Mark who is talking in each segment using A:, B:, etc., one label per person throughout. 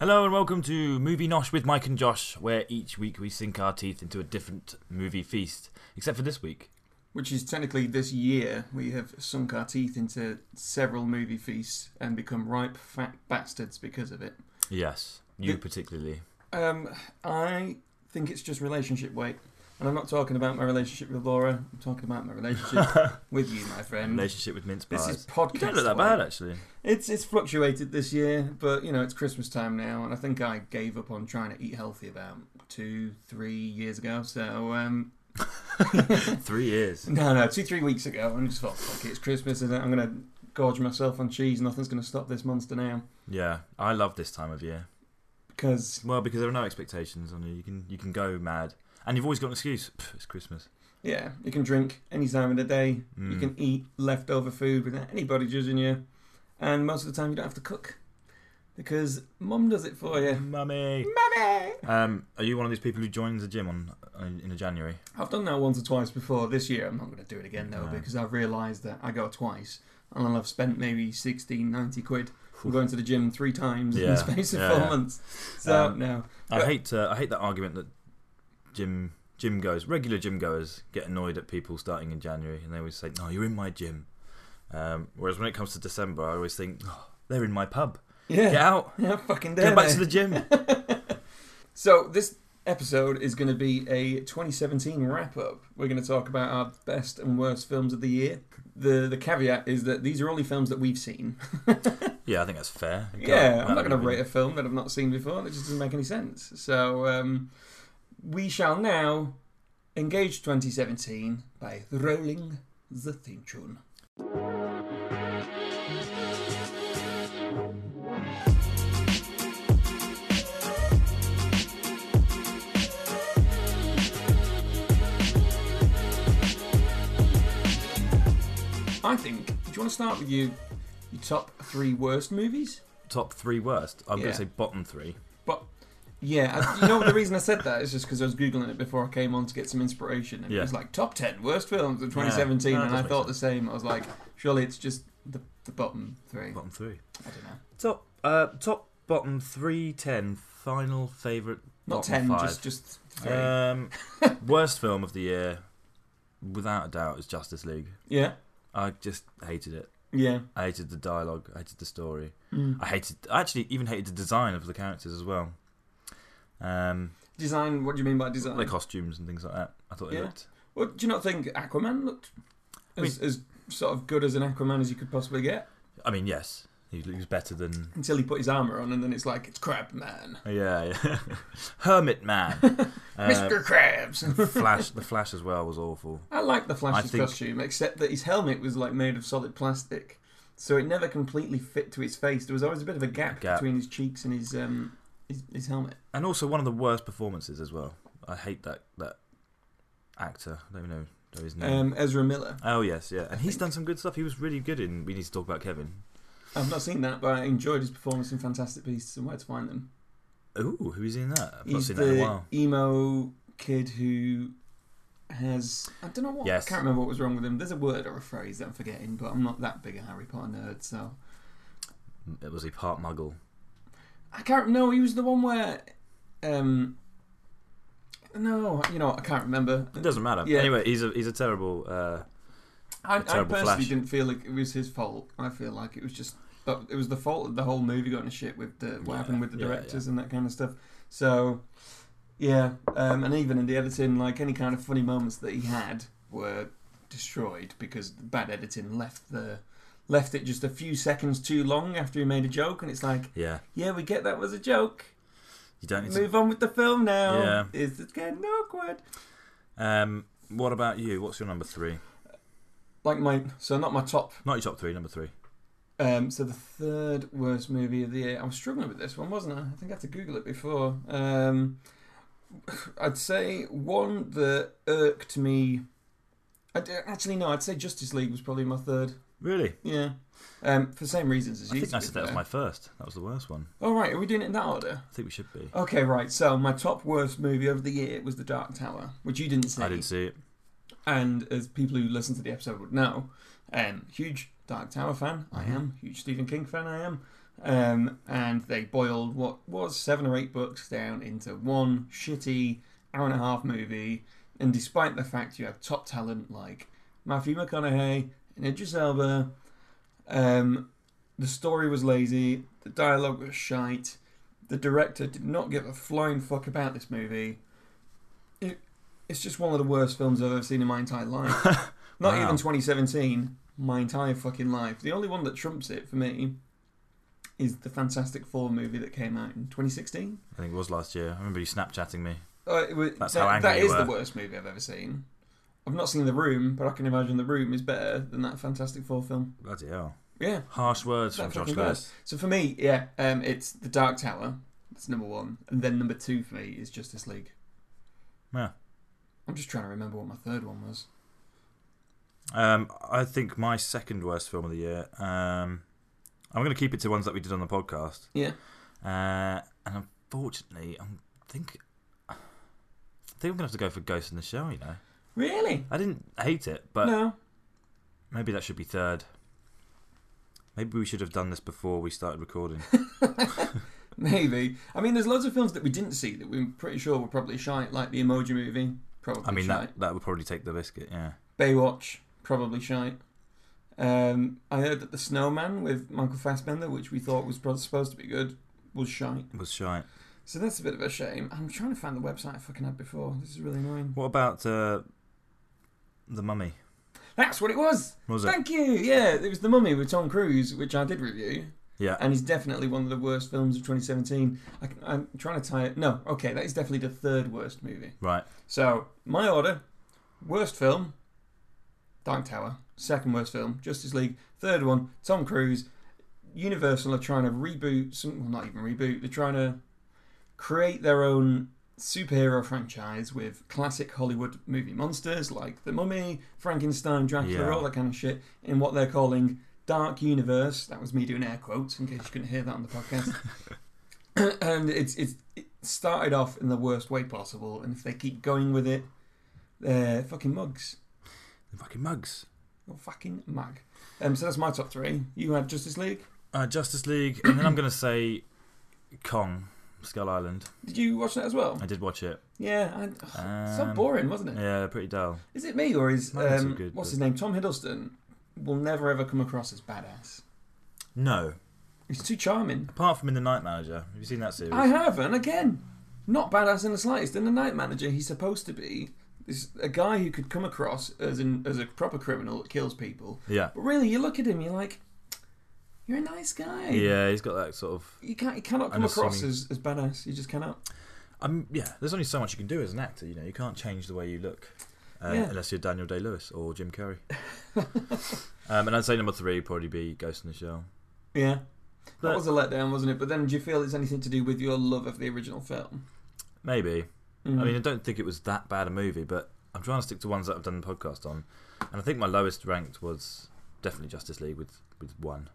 A: Hello and welcome to Movie Nosh with Mike and Josh, where each week we sink our teeth into a different movie feast. Except for this week.
B: Which is technically this year we have sunk our teeth into several movie feasts and become ripe fat bastards because of it.
A: Yes, you
B: The-
A: particularly.
B: Um, I think it's just relationship weight. And I'm not talking about my relationship with Laura, I'm talking about my relationship with you, my friend.
A: Um, Relationship with mince pies.
B: This is podcast.
A: you don't look that
B: weight.
A: bad, eh? actually.
B: It's it's fluctuated this year, but you know it's Christmas time now, and I think I gave up on trying to eat healthy about two, three years ago. So um,
A: Three years.
B: no, no, two, three weeks ago, and just thought, fuck it, it's Christmas, and I'm gonna gorge myself on cheese. Nothing's gonna stop this monster now
A: Yeah, I love this time of year.
B: because
A: Well, because there are no expectations on you. You can you can go mad, and you've always got an excuse. Pff, it's Christmas.
B: yeah, you can drink any time of the day, you
A: Mm.
B: can eat leftover food without anybody judging you, and most of the time you don't have to cook because mum does it for you.
A: Mummy.
B: Mummy.
A: Um, are you one of these people who joins the gym on, on in a January?
B: I've done that once or twice before. This year, I'm not going to do it again though
A: No.
B: because I've realised that I go twice and I'll have spent maybe 16, 90 quid from going to the gym three times in
A: Yeah,
B: the space of
A: yeah,
B: four
A: yeah.
B: months. So
A: Um,
B: no,
A: I
B: But-
A: hate uh, I hate that argument that gym gym goers regular gym goers get annoyed at people starting in January and they always say no you're in my gym um, whereas when it comes to December I always think oh, they're in my pub
B: yeah,
A: get out
B: yeah, fucking eh?
A: go
B: there.
A: back to the gym
B: So this episode is going to be a 2017 wrap up. We're going to talk about our best and worst films of the year. The the caveat is that these are only films that we've seen.
A: yeah I think that's fair Go-
B: Yeah, I'm
A: that
B: not going to
A: would've
B: rate
A: been-
B: a film that I've not seen before. That just doesn't make any sense. So um, we shall now engage 2017 by rolling the theme tune. I think. Do you want to start with you? Your top three worst movies?
A: top three worst I'm going
B: Yeah.
A: to say bottom three
B: But yeah, I, you know the reason I said that is just because I was googling it before I came on to get some inspiration, and
A: Yeah.
B: it was like top ten worst films of 2017,
A: Yeah, no, it
B: and I
A: does make
B: thought the same. I was like, surely it's just the, the bottom three.
A: bottom three
B: I don't know,
A: top uh, top bottom three ten final favorite
B: not
A: bottom
B: ten,
A: five.
B: just just three.
A: um, worst film of the year without a doubt is Justice League
B: yeah,
A: I just hated it
B: yeah,
A: I hated the dialogue. I hated the story.
B: Mm.
A: I hated. I actually even hated the design of the characters as well. Um,
B: Design. What do you mean by design?
A: their costumes and things like that. I thought they
B: Yeah.
A: looked.
B: well, do you not think Aquaman looked
A: I mean-
B: as, as sort of good as an Aquaman as you could possibly get
A: I mean, yes, he was better than.
B: until he put his armor on, and then it's like it's Crab Man,
A: Yeah, yeah. Hermit Man.
B: Mr. Krabs.
A: Uh, Flash. The Flash as well was awful.
B: I like the Flash's
A: I think-
B: costume, except that his helmet was like made of solid plastic, so it never completely fit to his face. There was always a bit of a gap,
A: Gap.
B: between his cheeks and his um his, his helmet.
A: And also one of the worst performances as well. I hate that that actor. I don't even know his name.
B: Um, Ezra Miller.
A: oh yes, yeah. And he's done some good stuff. He was really good in. We need to talk about Kevin.
B: I've not seen that, but I enjoyed his performance in Fantastic Beasts and Where to Find Them.
A: Ooh, who's in that? I've not
B: He's
A: seen
B: the
A: that in a while.
B: emo kid who has I don't know what
A: Yes.
B: I can't remember what was wrong with him. There's a word or a phrase that I'm forgetting, but I'm not that big a Harry Potter nerd, so
A: Was he part Muggle?
B: I can't. No, he was the one where. Um, no, you know I can't remember.
A: It doesn't matter.
B: Yeah.
A: Anyway, he's a he's a terrible. Uh,
B: I, I
A: A terrible
B: personally
A: Flash.
B: didn't feel like it was his fault. I feel like it was just that it was the fault of the whole movie going to shit with the what
A: Yeah,
B: happened with the
A: yeah,
B: directors and that kind of stuff. So yeah, um, and even in the editing, like any kind of funny moments that he had were destroyed because the bad editing left the left it just a few seconds too long after he made a joke, and it's like,
A: yeah,
B: yeah, we get that was a joke.
A: you don't need to.
B: Move on with the film now.
A: Yeah.
B: It's it's getting awkward.
A: Um, what about you? What's your number three?
B: Like my so not my top
A: Not your top three. Number three.
B: Um, so the third worst movie of the year. I was struggling with this one, wasn't I? I think I had to Google it before. Um, I'd say one that irked me. I d- actually no. I'd say Justice League was probably my third.
A: Really?
B: Yeah, um, for the same reasons as
A: I
B: you.
A: think
B: to
A: I
B: be
A: said that was
B: fair.
A: my first. That was the worst one.
B: All right, are we doing it in that order?
A: I think we should be.
B: Okay, right. So my top worst movie of the year was The Dark Tower, which you didn't see.
A: I didn't see it.
B: And as people who listen to the episode would know, um, huge Dark Tower fan I am, huge Stephen King fan I am. Um, and they boiled what was seven or eight books down into one shitty hour and a half movie. And despite the fact you had top talent like Matthew McConaughey and Idris Elba, um, the story was lazy, the dialogue was shite, the director did not give a flying fuck about this movie. It, it's just one of the worst films I've ever seen in my entire life. Not
A: Wow.
B: even 2017, my entire fucking life. The only one that trumps it for me is the Fantastic Four movie that came out in 2016.
A: I think it was last year. I remember you Snapchatting me.
B: Uh, it was,
A: That's
B: that,
A: how angry
B: that
A: you
B: is the
A: were.
B: worst movie I've ever seen. I've not seen The Room, but I can imagine The Room is better than that Fantastic Four film.
A: Bloody hell.
B: Yeah.
A: Harsh words
B: That
A: from Josh
B: fucking
A: Lewis.
B: So for me, yeah, um, it's The Dark Tower. That's number one. And then number two for me is Justice League.
A: Yeah.
B: I'm just trying to remember what my third one was.
A: Um, I think my second worst film of the year. Um, I'm going to keep it to ones that we did on the podcast.
B: Yeah.
A: Uh, and unfortunately, I'm think I think I'm going to have to go for Ghost in the Shell. You know,
B: Really?
A: I didn't hate it, but
B: no.
A: maybe that should be third. Maybe we should have done this before we started recording.
B: Maybe. I mean, there's loads of films that we didn't see that we're pretty sure were probably shite, like the Emoji Movie, probably
A: I mean,
B: shite.
A: that that would probably take the biscuit. Yeah.
B: Baywatch, probably shite. Um, I heard that The Snowman with Michael Fassbender, which we thought was pro- supposed to be good, was shite.
A: It was shite.
B: So that's a bit of a shame. I'm trying to find the website I fucking had before. This is really annoying.
A: What about uh, the Mummy?
B: That's what it was.
A: Was it?
B: Thank you. Yeah, it was The Mummy with Tom Cruise, which I did review,
A: Yeah.
B: and is definitely one of the worst films of 2017. I can, I'm trying to tie it. No, okay, that is definitely the third worst movie.
A: Right.
B: So, my order worst film, Dark Tower. Second worst film, Justice League. Third one, Tom Cruise. Universal are trying to reboot some, well, not even reboot, they're trying to create their own superhero franchise with classic Hollywood movie monsters like The Mummy, Frankenstein, Dracula,
A: Yeah.
B: all that kind of shit, in what they're calling Dark Universe. That was me doing air quotes in case you couldn't hear that on the podcast and it's it's it started off in the worst way possible, and if they keep going with it, they're Uh, fucking mugs.
A: The fucking mugs.
B: You're fucking mug. Um, so that's my top three. You had Justice League.
A: Uh, Justice League, and then I'm going to say Kong, Skull Island.
B: Did you watch that as well?
A: I did watch it.
B: Yeah, I, ugh, so
A: Um,
B: boring, wasn't it?
A: Yeah, pretty dull.
B: Is it me or is
A: Mine was
B: um,
A: so good, but-
B: what's his name? Tom Hiddleston will never ever come across as badass.
A: No,
B: He's too charming.
A: apart from in the Night Manager. Have you seen that series?
B: I have, and again, not badass in the slightest. In the Night Manager, he's supposed to be this a guy who could come across as an as a proper criminal that kills people,
A: yeah,
B: But really, you look at him, you're like, you're a nice guy.
A: yeah. He's got that sort of.
B: You can't. You cannot come
A: I'm
B: across
A: assuming-
B: as, as badass. You just cannot.
A: Um, yeah. There's only so much you can do as an actor. You know, you can't change the way you look, uh,
B: Yeah.
A: unless you're Daniel Day Lewis or Jim Carrey. um, and I'd say number three would probably be Ghost in the Shell.
B: Yeah.
A: But-
B: that was a letdown, wasn't it? But then, do you feel it's anything to do with your love of the original film?
A: Maybe.
B: Mm.
A: I mean, I don't think it was that bad a movie, but I'm trying to stick to ones that I've done the podcast on, and I think my lowest ranked was definitely Justice League with with one.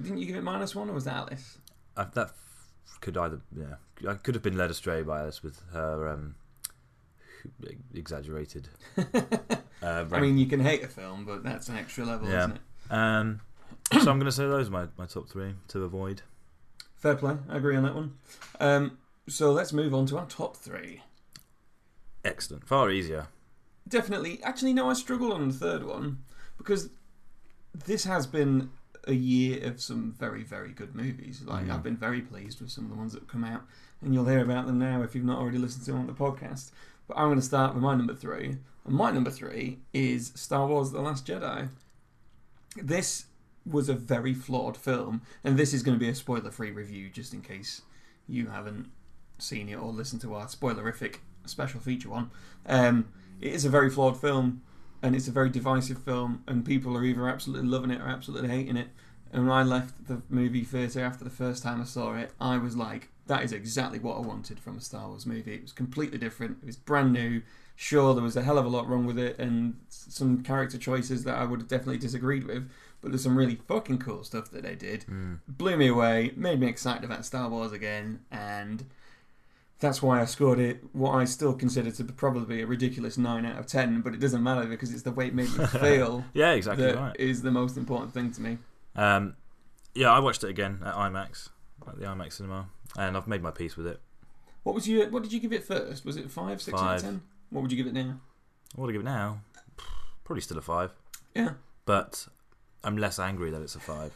B: didn't you give it minus one, or was that Alice?
A: I, that f- could either yeah, I could have been led astray by this with her um, exaggerated. uh, rank.
B: I mean, you can hate a film, but that's an extra level,
A: Yeah.
B: isn't it?
A: um, so I'm going to say those are my, my top three to avoid.
B: Fair play. I agree on that one. Um, so let's move on to our top three.
A: Excellent, far easier.
B: Definitely. Actually, no, I struggled on the third one because this has been a year of some very, very good movies. Like,
A: Mhm.
B: I've been very pleased with some of the ones that have come out, and you'll hear about them now if you've not already listened to them on the podcast. But I'm going to start with my number three. And my number three is Star Wars The Last Jedi. This was a very flawed film, and this is going to be a spoiler free review just in case you haven't seen it or listened to our spoilerific special feature one. Um, it is a very flawed film, and it's a very divisive film, and people are either absolutely loving it or absolutely hating it. And when I left the movie theatre after the first time I saw it, I was like, that is exactly what I wanted from a Star Wars movie. It was completely different, it was brand new. Sure, there was a hell of a lot wrong with it, and s- some character choices that I would have definitely disagreed with, but there's some really fucking cool stuff that they did
A: Mm.
B: blew me away, made me excited about Star Wars again, and that's why I scored it what I still consider to be probably a ridiculous 9 out of 10, but it doesn't matter because it's the way it made me feel
A: Yeah,
B: that is
A: exactly right.
B: the most important thing to me.
A: Um, yeah, I watched it again at IMAX, at the IMAX cinema, and I've made my peace with it.
B: What was your? What did you give it first? Was it five, six, out
A: Five.
B: of ten? What would you give it now?
A: What do I give it now? Probably still a five,
B: Yeah,
A: but I'm less angry that it's a five.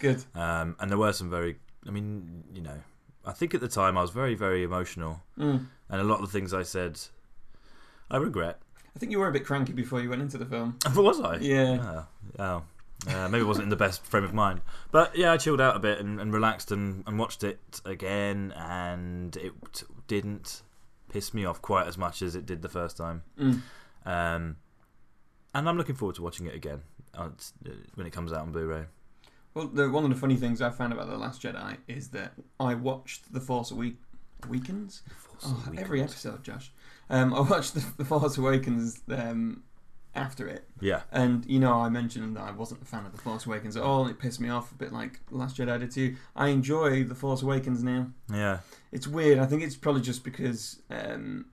B: good.
A: Um, and there were some very, I mean, you know, I think at the time I was very, very emotional,
B: Mm.
A: and a lot of the things I said, I regret.
B: I think you were a bit cranky before you went into the film.
A: But was I?
B: Yeah,
A: Oh, oh. Uh, maybe it wasn't in the best frame of mind. But yeah, I chilled out a bit and, and relaxed and, and watched it again, and it didn't piss me off quite as much as it did the first time.
B: mm.
A: Um, and I'm looking forward to watching it again uh, it's- uh, when it comes out on Blu ray.
B: Well, the, one of the funny things I found about The Last Jedi is that I watched The Force Awak- Awakens. Oh, every episode, Josh. Um, I watched The, the Force Awakens um, after it,
A: Yeah.
B: and you know I mentioned that I wasn't a fan of The Force Awakens at all, and it pissed me off a bit, like Last Jedi did too. I enjoy The Force Awakens now.
A: Yeah.
B: It's weird. I think it's probably just because um,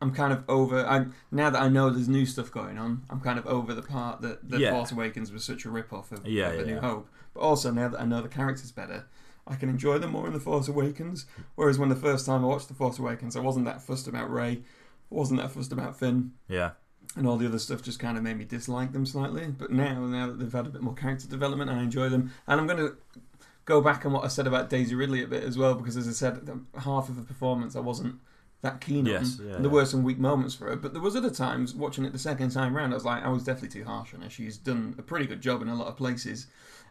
B: I'm kind of over. I now that I know there's new stuff going on, I'm kind of over the part that the
A: Yeah.
B: Force Awakens was such a rip off of,
A: Yeah,
B: of A
A: yeah,
B: New
A: yeah.
B: Hope. But also now that I know the characters better, I can enjoy them more in the Force Awakens. Whereas when the first time I watched the Force Awakens, I wasn't that fussed about Ray, wasn't that fussed about Finn,
A: Yeah.
B: and all the other stuff just kind of made me dislike them slightly. But now, now that they've had a bit more character development, I enjoy them. And I'm going to go back on what I said about Daisy Ridley a bit as well, because as I said, half of the performance I wasn't that keen
A: Yes,
B: on.
A: yeah,
B: and there
A: yeah.
B: were some weak moments for her, but there was other times watching it the second time round, I was like, I was definitely too harsh on her. She's done a pretty good job in a lot of places.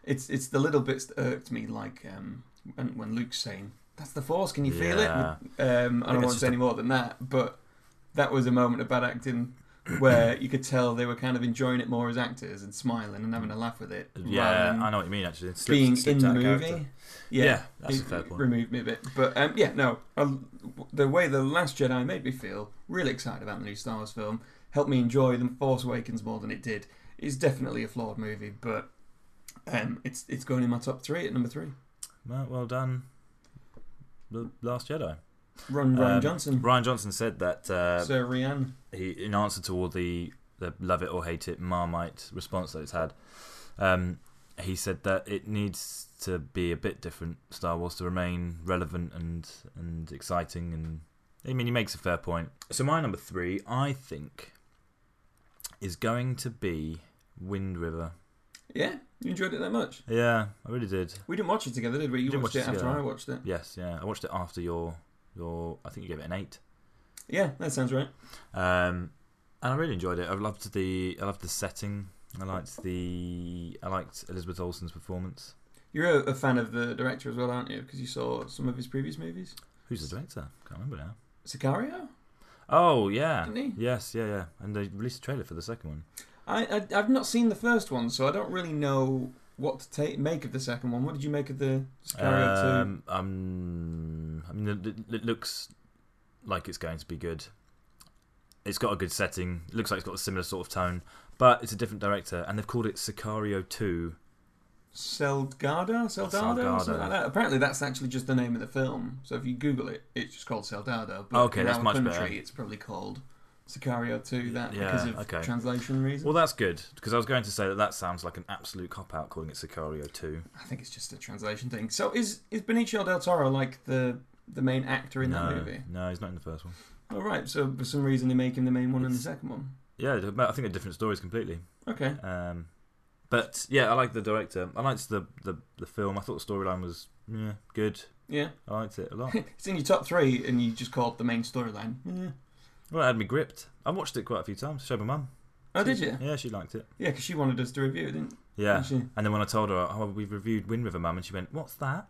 B: It's it's the little bits that irked me, like um, when, when Luke's saying, "That's the Force, can you feel it?"
A: Yeah.
B: Um, I
A: I
B: don't
A: guess
B: want to
A: just
B: say
A: a-
B: any more than that, but that was a moment of bad acting where you could tell they were kind of enjoying it more as actors and smiling and having a laugh with it. rather
A: Yeah,
B: than
A: I know what you mean, actually. It slipped-
B: being
A: slipped
B: in the
A: out of
B: movie.
A: character.
B: Yeah,
A: that's
B: it
A: a fair point.
B: removed me a bit, but um, yeah, no. I, the way the Last Jedi made me feel really excited about the new Star Wars film helped me enjoy the Force Awakens more than it did. It's definitely a flawed movie, but um, it's it's going in my top three at number three.
A: Well, well done. The Last Jedi.
B: Ron Ryan
A: Um,
B: Johnson,
A: Ryan Johnson said that uh,
B: Sir Rian.
A: he, in answer to all the, the love it or hate it Marmite response that it's had, um, he said that it needs to be a bit different Star Wars to remain relevant and and exciting. And I mean, he makes a fair point. So my number three, I think, is going to be Wind River.
B: Yeah, you enjoyed it that much.
A: Yeah, I really did.
B: We didn't watch it together, did we? You
A: We didn't watch
B: watched it
A: it
B: after
A: together.
B: I watched it.
A: Yes, yeah, I watched it after your your. I think you gave it an eight.
B: Yeah, that sounds right.
A: Um, and I really enjoyed it. I loved the I loved the setting. I liked the I liked Elizabeth Olsen's performance.
B: You're a, a fan of the director as well, aren't you? Because you saw some of his previous movies.
A: Who's the director? Can't remember now.
B: Sicario.
A: Oh yeah,
B: Didn't he?
A: yes, yeah, yeah. And they released a trailer for the second one.
B: I, I I've not seen the first one, so I don't really know what to take make of the second one. What did you make of the Sicario two?
A: Um, um, I mean, it, it- it looks like it's going to be good. It's got a good setting. It looks like it's got a similar sort of tone, but it's a different director, and they've called it Sicario Two.
B: Seldada, Seldada, or something
A: Salgado.
B: like that. Apparently, that's actually just the name of the film. So if you Google it, it's just called Seldado. But
A: Okay,
B: in
A: that's
B: our
A: much
B: country,
A: better.
B: It's probably called Sicario two. That
A: Yeah,
B: because of
A: okay.
B: translation reasons.
A: Well, that's good because I was going to say that that sounds like an absolute cop out calling it Sicario Two.
B: I think it's just a translation thing. So is is Benicio del Toro like the the main actor in
A: no,
B: that movie?
A: No, he's not in the first one.
B: All right. So for some reason they make him the main one in the
A: It's-
B: second one.
A: Yeah, they're about- I think they're different stories completely.
B: Okay.
A: Um, but yeah, I like the director. I liked the the, the film. I thought the storyline was yeah good.
B: Yeah.
A: I liked it a lot.
B: it's in your top three, and you just called the main storyline. Yeah.
A: well, it had me gripped. I watched it quite a few times. Showed my mum.
B: Oh,
A: She-
B: did you?
A: Yeah, she liked it.
B: Yeah, because she wanted us to review it, didn't,
A: Yeah.
B: didn't she?
A: And then when I told her, oh, we've reviewed Wind River, mum, and she went, "What's that?"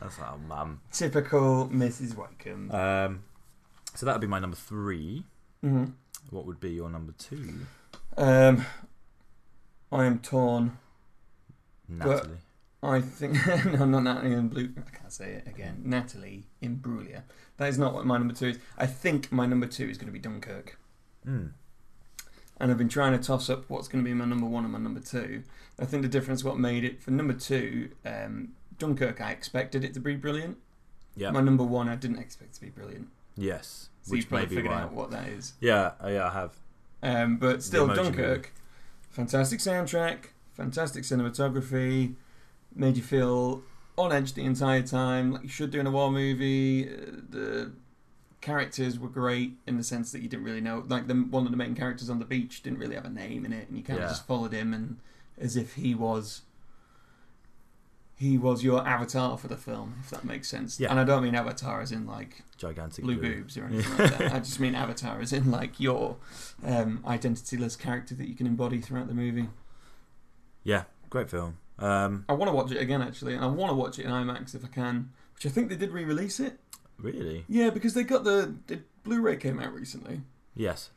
A: That's like, oh, mum.
B: Typical Mrs. Wakeham.
A: Um, so that would be my number three.
B: hmm
A: What would be your number two,
B: Um, I am torn.
A: Natalie?
B: I think no, not Natalie in Blue. I can't say it again. Natalie in Brulia. That is not what my number two is. I think my number two is going to be Dunkirk.
A: Mm.
B: and I've been trying to toss up what's going to be my number one and my number two. I think the difference what made it for number two, um, Dunkirk, I expected it to be brilliant.
A: Yeah.
B: My number one, I didn't expect to be brilliant.
A: yes.
B: So you've probably figured out what that is.
A: Yeah, yeah, I have.
B: Um, but still,
A: emoji
B: Dunkirk, fantastic soundtrack, fantastic cinematography, made you feel on edge the entire time, like you should do in a war movie. Uh, The characters were great in the sense that you didn't really know, like the one of the main characters on the beach didn't really have a name in it, and you kind
A: Yeah.
B: of just followed him and as if he was. He was your avatar for the film, if that makes sense.
A: Yeah.
B: And I don't mean avatar as in like
A: Gigantic
B: blue
A: blue.
B: boobs or anything like that. I just mean avatar as in like your um, identityless character that you can embody throughout the movie.
A: Yeah, great film. Um,
B: I want to watch it again actually, and I want to watch it in IMAX if I can, which I think they did re-release it.
A: really?
B: Yeah, because they got the, the Blu-ray came out recently.
A: Yes,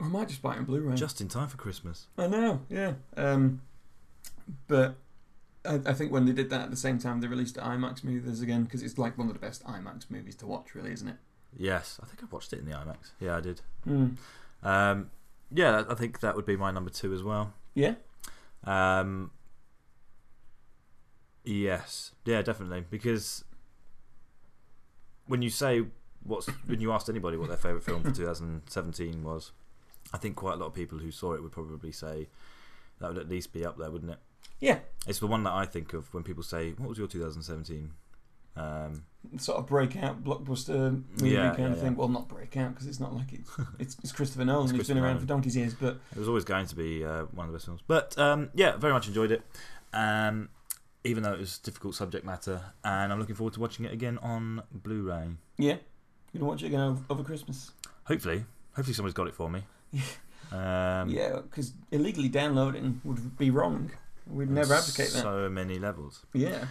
B: Or I might just buy it in Blu-ray.
A: just in time for Christmas.
B: I know, yeah. Um, but I, I think when they did that at the same time, they released the IMAX movies again because it's like one of the best IMAX movies to watch, really, isn't it?
A: Yes, I think I watched it in the IMAX. Yeah, I did.
B: Hmm.
A: Um, yeah, I think that would be my number two as well.
B: Yeah.
A: Um, yes, yeah, definitely. Because when you say what's when you asked anybody what their favorite film for 2017 was, I think quite a lot of people who saw it would probably say that would at least be up there, wouldn't it?
B: Yeah.
A: it's the one that I think of when people say, "What was your 2017?" Um,
B: sort of breakout blockbuster movie
A: Yeah,
B: kind
A: yeah,
B: of
A: yeah.
B: thing. Well, not breakout because it's not like it's it's, it's Christopher Nolan.
A: It's
B: who's been
A: Christopher
B: around
A: Nolan.
B: for donkey's years, but
A: It was always going to be uh, one of the best films. But um, yeah, very much enjoyed it. Um, even though it was difficult subject matter, and I'm looking forward to watching it again on Blu-ray.
B: yeah, you gonna watch it again over, over Christmas.
A: Hopefully, hopefully someone's got it for me. Um,
B: yeah, because illegally downloading would be wrong. We'd never advocate that.
A: So many levels.
B: Yeah,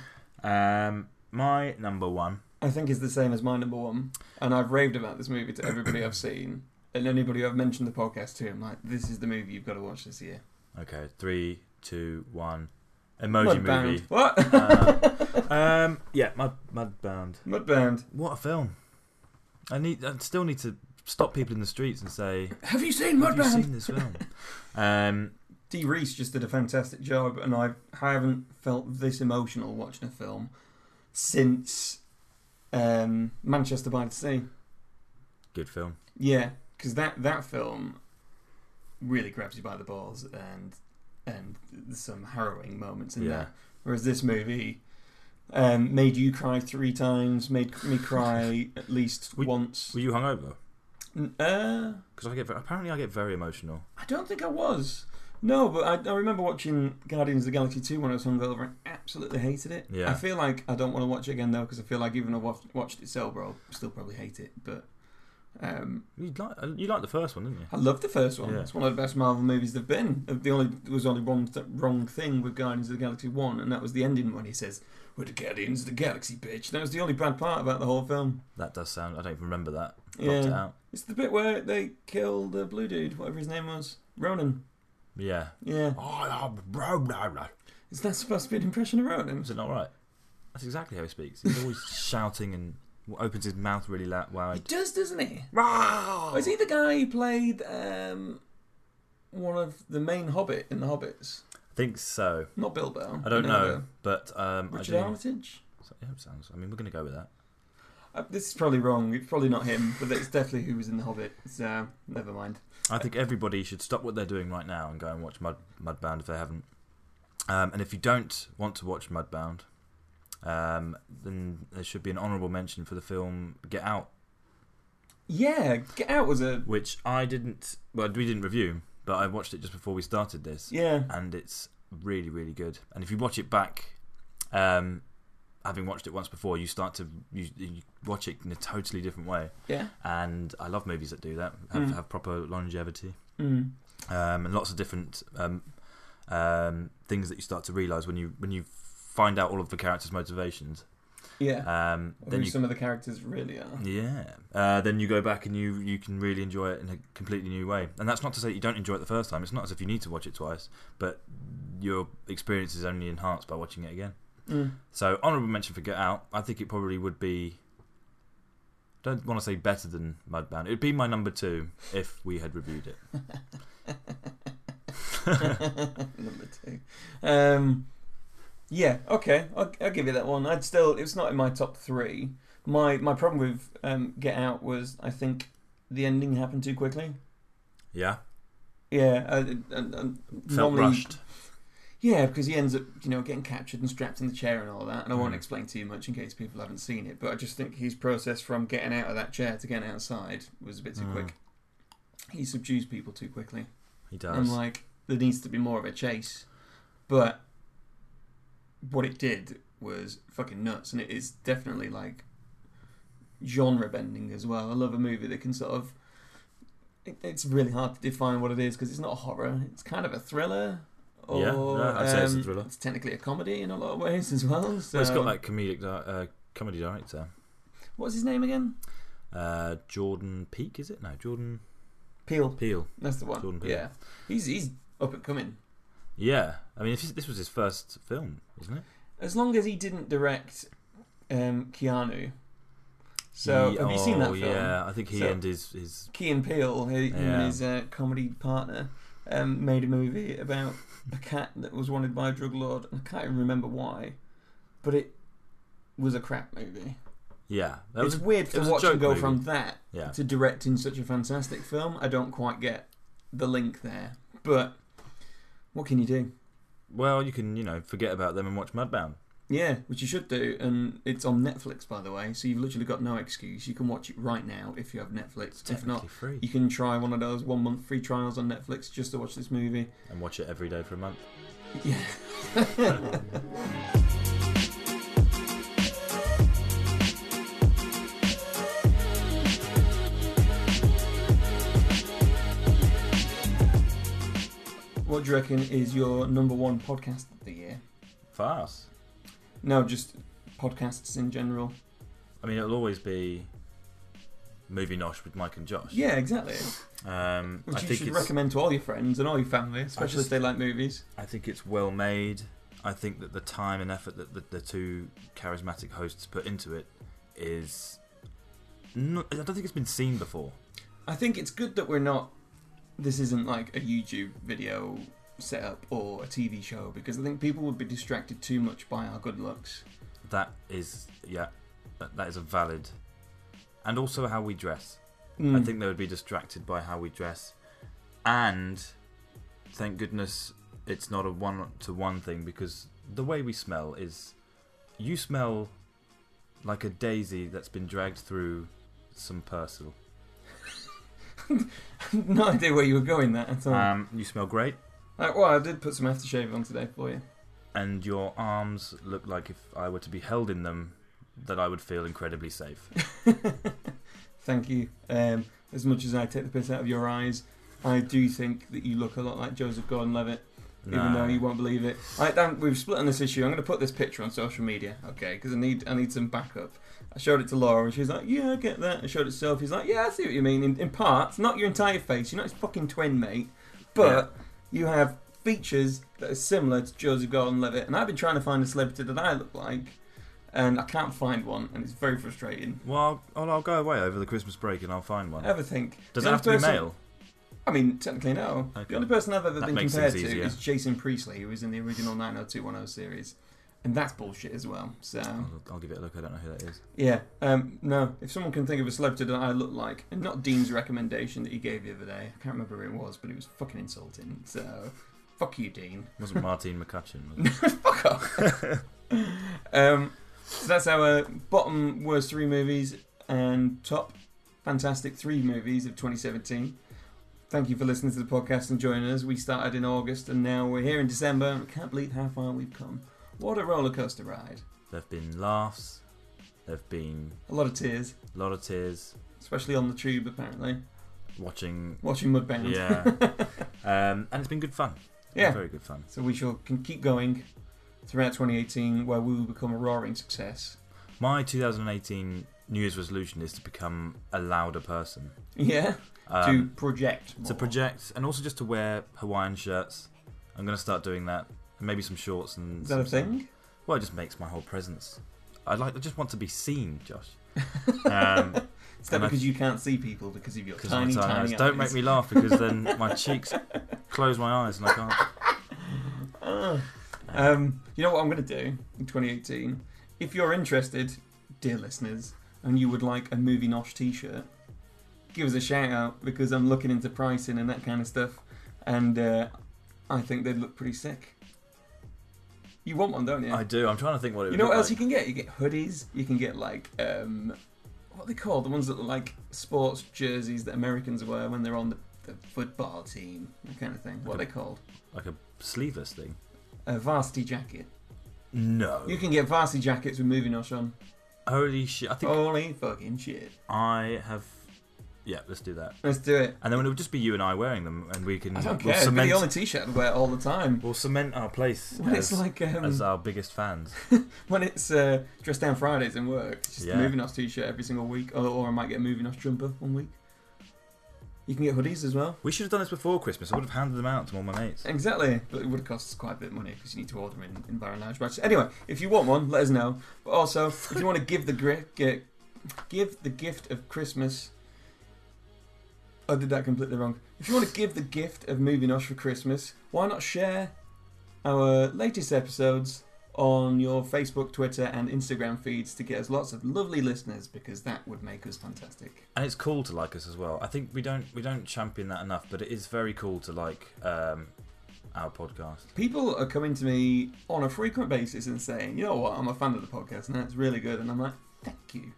A: Um, my number one.
B: I think it's the same as my number one, and I've raved about this movie to everybody I've seen. And anybody I've mentioned the podcast to, I'm like, this is the movie you've got to watch this year.
A: Okay, three, two, one. Emoji
B: Mudbound.
A: movie.
B: What?
A: Um, yeah, Mud Mudbound.
B: Mudbound.
A: What a film! I need. I still need to stop people in the streets and say,
B: Have you seen
A: "Have you
B: Mudbound?
A: seen this film?" um,
B: D. Reese just did a fantastic job, and I haven't felt this emotional watching a film since um, Manchester by the Sea.
A: good film.
B: Yeah, because that, that film really grabs you by the balls, and and there's some harrowing moments in
A: Yeah.
B: there. Whereas this movie um, made you cry three times, made me cry at least
A: We-
B: once.
A: Were you hungover?
B: N- uh,
A: Because I get ve- apparently I get very emotional.
B: I don't think I was. No, but I, I remember watching Guardians of the Galaxy 2 when I was hungover and absolutely hated it.
A: Yeah.
B: I feel like I don't want to watch it again, though, because I feel like even though I've watched- watched it sober, I'll still probably hate it. But um,
A: You like uh, you liked the first one, didn't you?
B: I loved the first one.
A: Yeah.
B: It's one of the best Marvel movies there have been. Uh, The only, there was only one th- wrong thing with Guardians of the Galaxy 1, and that was the ending when he says, We're the Guardians of the Galaxy, bitch. That was the only bad part about the whole film.
A: That does sound. I don't even remember that. Blocked it
B: Yeah.
A: out.
B: It's the bit where they kill the blue dude, whatever his name was. Ronan.
A: Yeah. "Oh,
B: Yeah.
A: Is
B: Is that supposed to be an impression of Ronan?
A: it not right? That's exactly how he speaks. He's always shouting and opens his mouth really la-
B: He
A: wide.
B: does, doesn't he?
A: Wow.
B: Is he the guy who played um, one of the main Hobbit in the Hobbits?
A: I think so.
B: Not Bilbo.
A: I don't
B: but
A: know,
B: no,
A: but um, I
B: Richard
A: do.
B: Armitage.
A: So, yeah, it sounds. I mean, we're gonna go with that.
B: Uh, this is probably wrong. It's probably not him, but it's definitely who was in the Hobbit. So never mind.
A: I think everybody should stop what they're doing right now and go and watch Mud Mudbound if they haven't. Um, and if you don't want to watch Mudbound, um, then there should be an honourable mention for the film Get Out,
B: Yeah, Get Out was a
A: which I didn't. Well, we didn't review, but I watched it just before we started this,
B: yeah.
A: and it's really, really good. And if you watch it back, um, having watched it once before, you start to you, you watch it in a totally different way.
B: Yeah.
A: And I love movies that do that have,
B: Mm.
A: have proper longevity.
B: Mm.
A: um, and lots of different um, um, things that you start to realize when you when you find out all of the characters' motivations.
B: Yeah.
A: Um,
B: who
A: then you,
B: some of the characters really are.
A: yeah, uh, then you go back and you you can really enjoy it in a completely new way. And that's not to say that you don't enjoy it the first time. It's not as if you need to watch it twice, but your experience is only enhanced by watching it again.
B: Mm.
A: So honorable mention for Get Out. I think it probably would be. Don't want to say better than Mudbound. It would be my number two if we had reviewed it.
B: Number two. Um, yeah, okay, I'll, I'll give you that one. I'd still, it's not in my top three. My my problem with um, Get Out was I think the ending happened too quickly.
A: Yeah,
B: Yeah, uh, I, I, I,
A: felt
B: normally,
A: rushed.
B: Yeah, because he ends up, you know, getting captured and strapped in the chair and all that. And I won't
A: Mm.
B: explain too much in case people haven't seen it, but I just think his process from getting out of that chair to getting outside was a bit too
A: Mm.
B: quick. He subdues people too quickly.
A: He
B: And
A: does.
B: like there needs to be more of a chase. But what it did was fucking nuts, and it is definitely like genre bending as well. I love a movie that can sort of. It, it's really hard to define what it is because it's not a horror. It's kind of a thriller. Or,
A: Yeah, yeah, I'd say it's a
B: um,
A: thriller.
B: It's technically a comedy in a lot of ways as well. So,
A: well, it's got that comedic di- uh, comedy director,
B: What's his name again?
A: uh, Jordan Peak, is it? No, Jordan
B: Peel.
A: Peele.
B: That's the one.
A: Jordan Peele.
B: Yeah, he's he's up and coming.
A: Yeah, I mean, if this- this was his first film, wasn't it?
B: As long as he didn't direct um, Keanu. So
A: He-
B: have you seen that
A: oh,
B: film?
A: Yeah, I think he
B: So-
A: and his his
B: Key and Peele, he, him and
A: Yeah.
B: his uh, comedy partner, um, made a movie about a cat that was wanted by a drug lord, and I can't even remember why, but it was a crap movie.
A: yeah. That
B: it's
A: was a-
B: weird
A: it
B: to
A: was a
B: watch him
A: joke
B: go
A: movie.
B: from that
A: yeah.
B: to directing such a fantastic film. I don't quite get the link there, but what can you do?
A: Well, you can you know forget about them and watch Mudbound.
B: Yeah, which you should do, and it's on Netflix, by the way. So you've literally got no excuse. You can watch it right now if you have Netflix. If
A: Technically
B: not, e-
A: free
B: you can try one of those one month free trials on Netflix just to watch this movie.
A: and watch it every day for a month.
B: Yeah. what do you reckon is your number one podcast of the year?
A: Fast.
B: No, just podcasts in general.
A: I mean, it'll always be movie nosh with Mike and Josh.
B: Yeah, exactly.
A: Um,
B: Which
A: I
B: you
A: Oh, think
B: should
A: it's
B: recommend to all your friends and all your family, especially if
A: just-
B: they like movies.
A: I think it's well made. I think that the time and effort that the, the two charismatic hosts put into it is. Not, I don't think it's been seen before.
B: I think it's good that we're not. This isn't like a YouTube video setup or a TV show because I think people would be distracted too much by our good looks.
A: That is, yeah, that, that is a valid. And also how we dress. I
B: Mm.
A: think they would be distracted by how we dress. And thank goodness it's not a one to one thing because the way we smell is you smell like a daisy that's been dragged through some persil.
B: no idea where you were going there at all.
A: Um, you smell great,
B: Uh, well, I did put some aftershave on today for you.
A: and your arms look like if I were to be held in them, that I would feel incredibly safe.
B: Thank you. Um, as much as I take the piss out of your eyes, I do think that you look a lot like Joseph Gordon-Levitt. even though you won't believe it. I, Dan, we've split on this issue. I'm going to put this picture on social media, okay? Because I need I need some backup. I showed it to Laura, and she was like, "Yeah, I get that." I showed it to Soph. He's like, "Yeah, I see what you mean." In, in parts, not your entire face. You're not his fucking twin, mate. But you have features that are similar to Joseph Gordon-Levitt, and I've been trying to find a celebrity that I look like, and I can't find one, and it's very frustrating.
A: Well, I'll, I'll go away over the Christmas break and I'll find one.
B: I ever think?
A: Does
B: the
A: it
B: only
A: have to be
B: person-
A: male?
B: I mean, technically no. The
A: Okay.
B: only person I've ever
A: That
B: been
A: makes
B: compared to
A: things easier.
B: is Jason Priestley, who was in the original 90210 series, and that's bullshit as well. So
A: I'll, I'll give it a look. I don't know who that is.
B: yeah, um, no. If someone can think of a celebrity that I look like, and not Dean's recommendation that he gave the other day, I can't remember who it was, but it was fucking insulting. So fuck you, Dean.
A: wasn't Martin McCutcheon. Was it?
B: Fuck off. um, so that's our bottom worst three movies and top fantastic three movies of 2017. Thank you for listening to the podcast and joining us. We started in August and now we're here in December. I can't believe how far we've come. What a roller coaster ride!
A: There've been laughs. There've been
B: A lot of tears,
A: a lot of tears
B: especially on the tube. Apparently,
A: watching.
B: watching Mudbound.
A: Yeah. um, and it's been good fun. It's been
B: Yeah.
A: Very good fun.
B: So we shall can keep going throughout 2018, where we will become a roaring success.
A: My 2018 New Year's resolution is to become a louder person. Um,
B: Yeah. to project.
A: to
B: more.
A: project and also just to wear Hawaiian shirts. I'm going to start doing that. And maybe some shorts and.
B: Is that a
A: some-
B: thing?
A: Well, it just makes my whole presence. I like. I just want to be seen, Josh. Um,
B: Is that
A: And I-
B: because you can't see people because of your
A: 'cause of my
B: tiny, tiny,
A: eyes.
B: eyes?
A: Don't make me laugh because then my cheeks close my eyes and I can't.
B: Ah. um, you know what I'm going to do in 2018? If you're interested, dear listeners, and you would like a Movie Nosh t shirt, give us a shout out because I'm looking into pricing and that kind of stuff. And uh, I think they'd look pretty sick. You want one, don't you?
A: I do. I'm trying to think what it.
B: you
A: would
B: know
A: look
B: what else
A: like.
B: you can get? You get hoodies. You can get like um, what are they called? The ones that look like sports jerseys that Americans wear when they're on the, the football team, that kind of thing. What are they called?
A: like a sleeveless thing.
B: A varsity jacket.
A: No.
B: You can get varsity jackets with movie nosh on.
A: Holy shit! I think
B: Holy fucking shit!
A: I have. Yeah, let's do that.
B: Let's do it.
A: And then it would just be you and I wearing them, and we can
B: I don't
A: we'll
B: care. It's
A: cement
B: the only t-shirt I wear all the time.
A: we'll cement our place
B: When
A: as,
B: it's like um,
A: as our biggest fans.
B: when it's uh, dress down Fridays in work, it's just
A: Yeah.
B: a movie Nosh t-shirt every single week, or, or I might get a movie Nosh jumper one week. You can get hoodies as well.
A: We should have done this before Christmas. I would have handed them out to all my mates.
B: Exactly, but it would have cost us quite a bit of money because you need to order them in, in Baron Large batches. Anyway, if you want one, let us know. But also, if you want to give the gri- gi- give the gift of Christmas, I did that completely wrong. If you want to give the gift of Movie Nosh for Christmas, why not share our latest episodes on your Facebook, Twitter, and Instagram feeds to get us lots of lovely listeners because that would make us fantastic.
A: And it's cool to like us as well. I think we don't we don't champion that enough, but it is very cool to like um, our podcast.
B: People are coming to me on a frequent basis and saying, you know what, I'm a fan of the podcast and that's really good. And I'm like, thank you.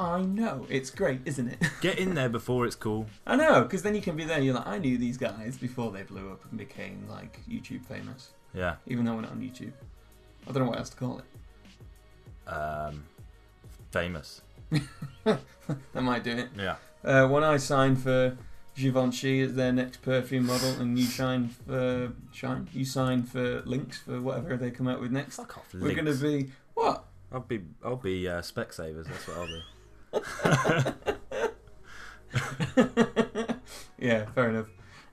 B: I know. It's great, isn't it?
A: Get in there before it's cool.
B: I know, because then you can be there. You're like, I knew these guys before they blew up and became like YouTube famous,
A: Yeah.
B: even though we're not on YouTube. I don't know what else to call it.
A: Um, famous.
B: That might do it.
A: Yeah.
B: Uh, when I signed for Givenchy as their next perfume model, and you shine for Shine, you sign for Lynx for whatever they come out with next.
A: Fuck off.
B: We're going to
A: links.
B: be what?
A: I'll be I'll be uh, Specsavers. That's what I'll be.
B: yeah, fair enough.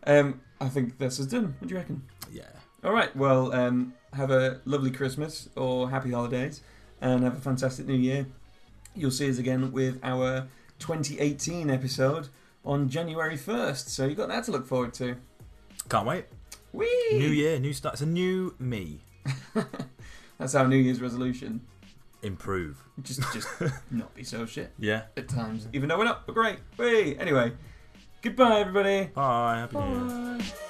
B: Um, I think this is done. What do you reckon?
A: Yeah.
B: All right. Well, um, have a lovely Christmas or happy holidays, and have a fantastic New Year. You'll see us again with our 2018 episode on January 1st. So you've got that to look forward to.
A: Can't wait.
B: Whee!
A: New year, new start. It's a new me.
B: That's our New Year's resolution.
A: Improve.
B: Just, just not be so shit
A: Yeah.
B: at times. Even though we're not, we're great. Whee! Anyway, goodbye, everybody.
A: Bye. Happy New Year.
B: Bye.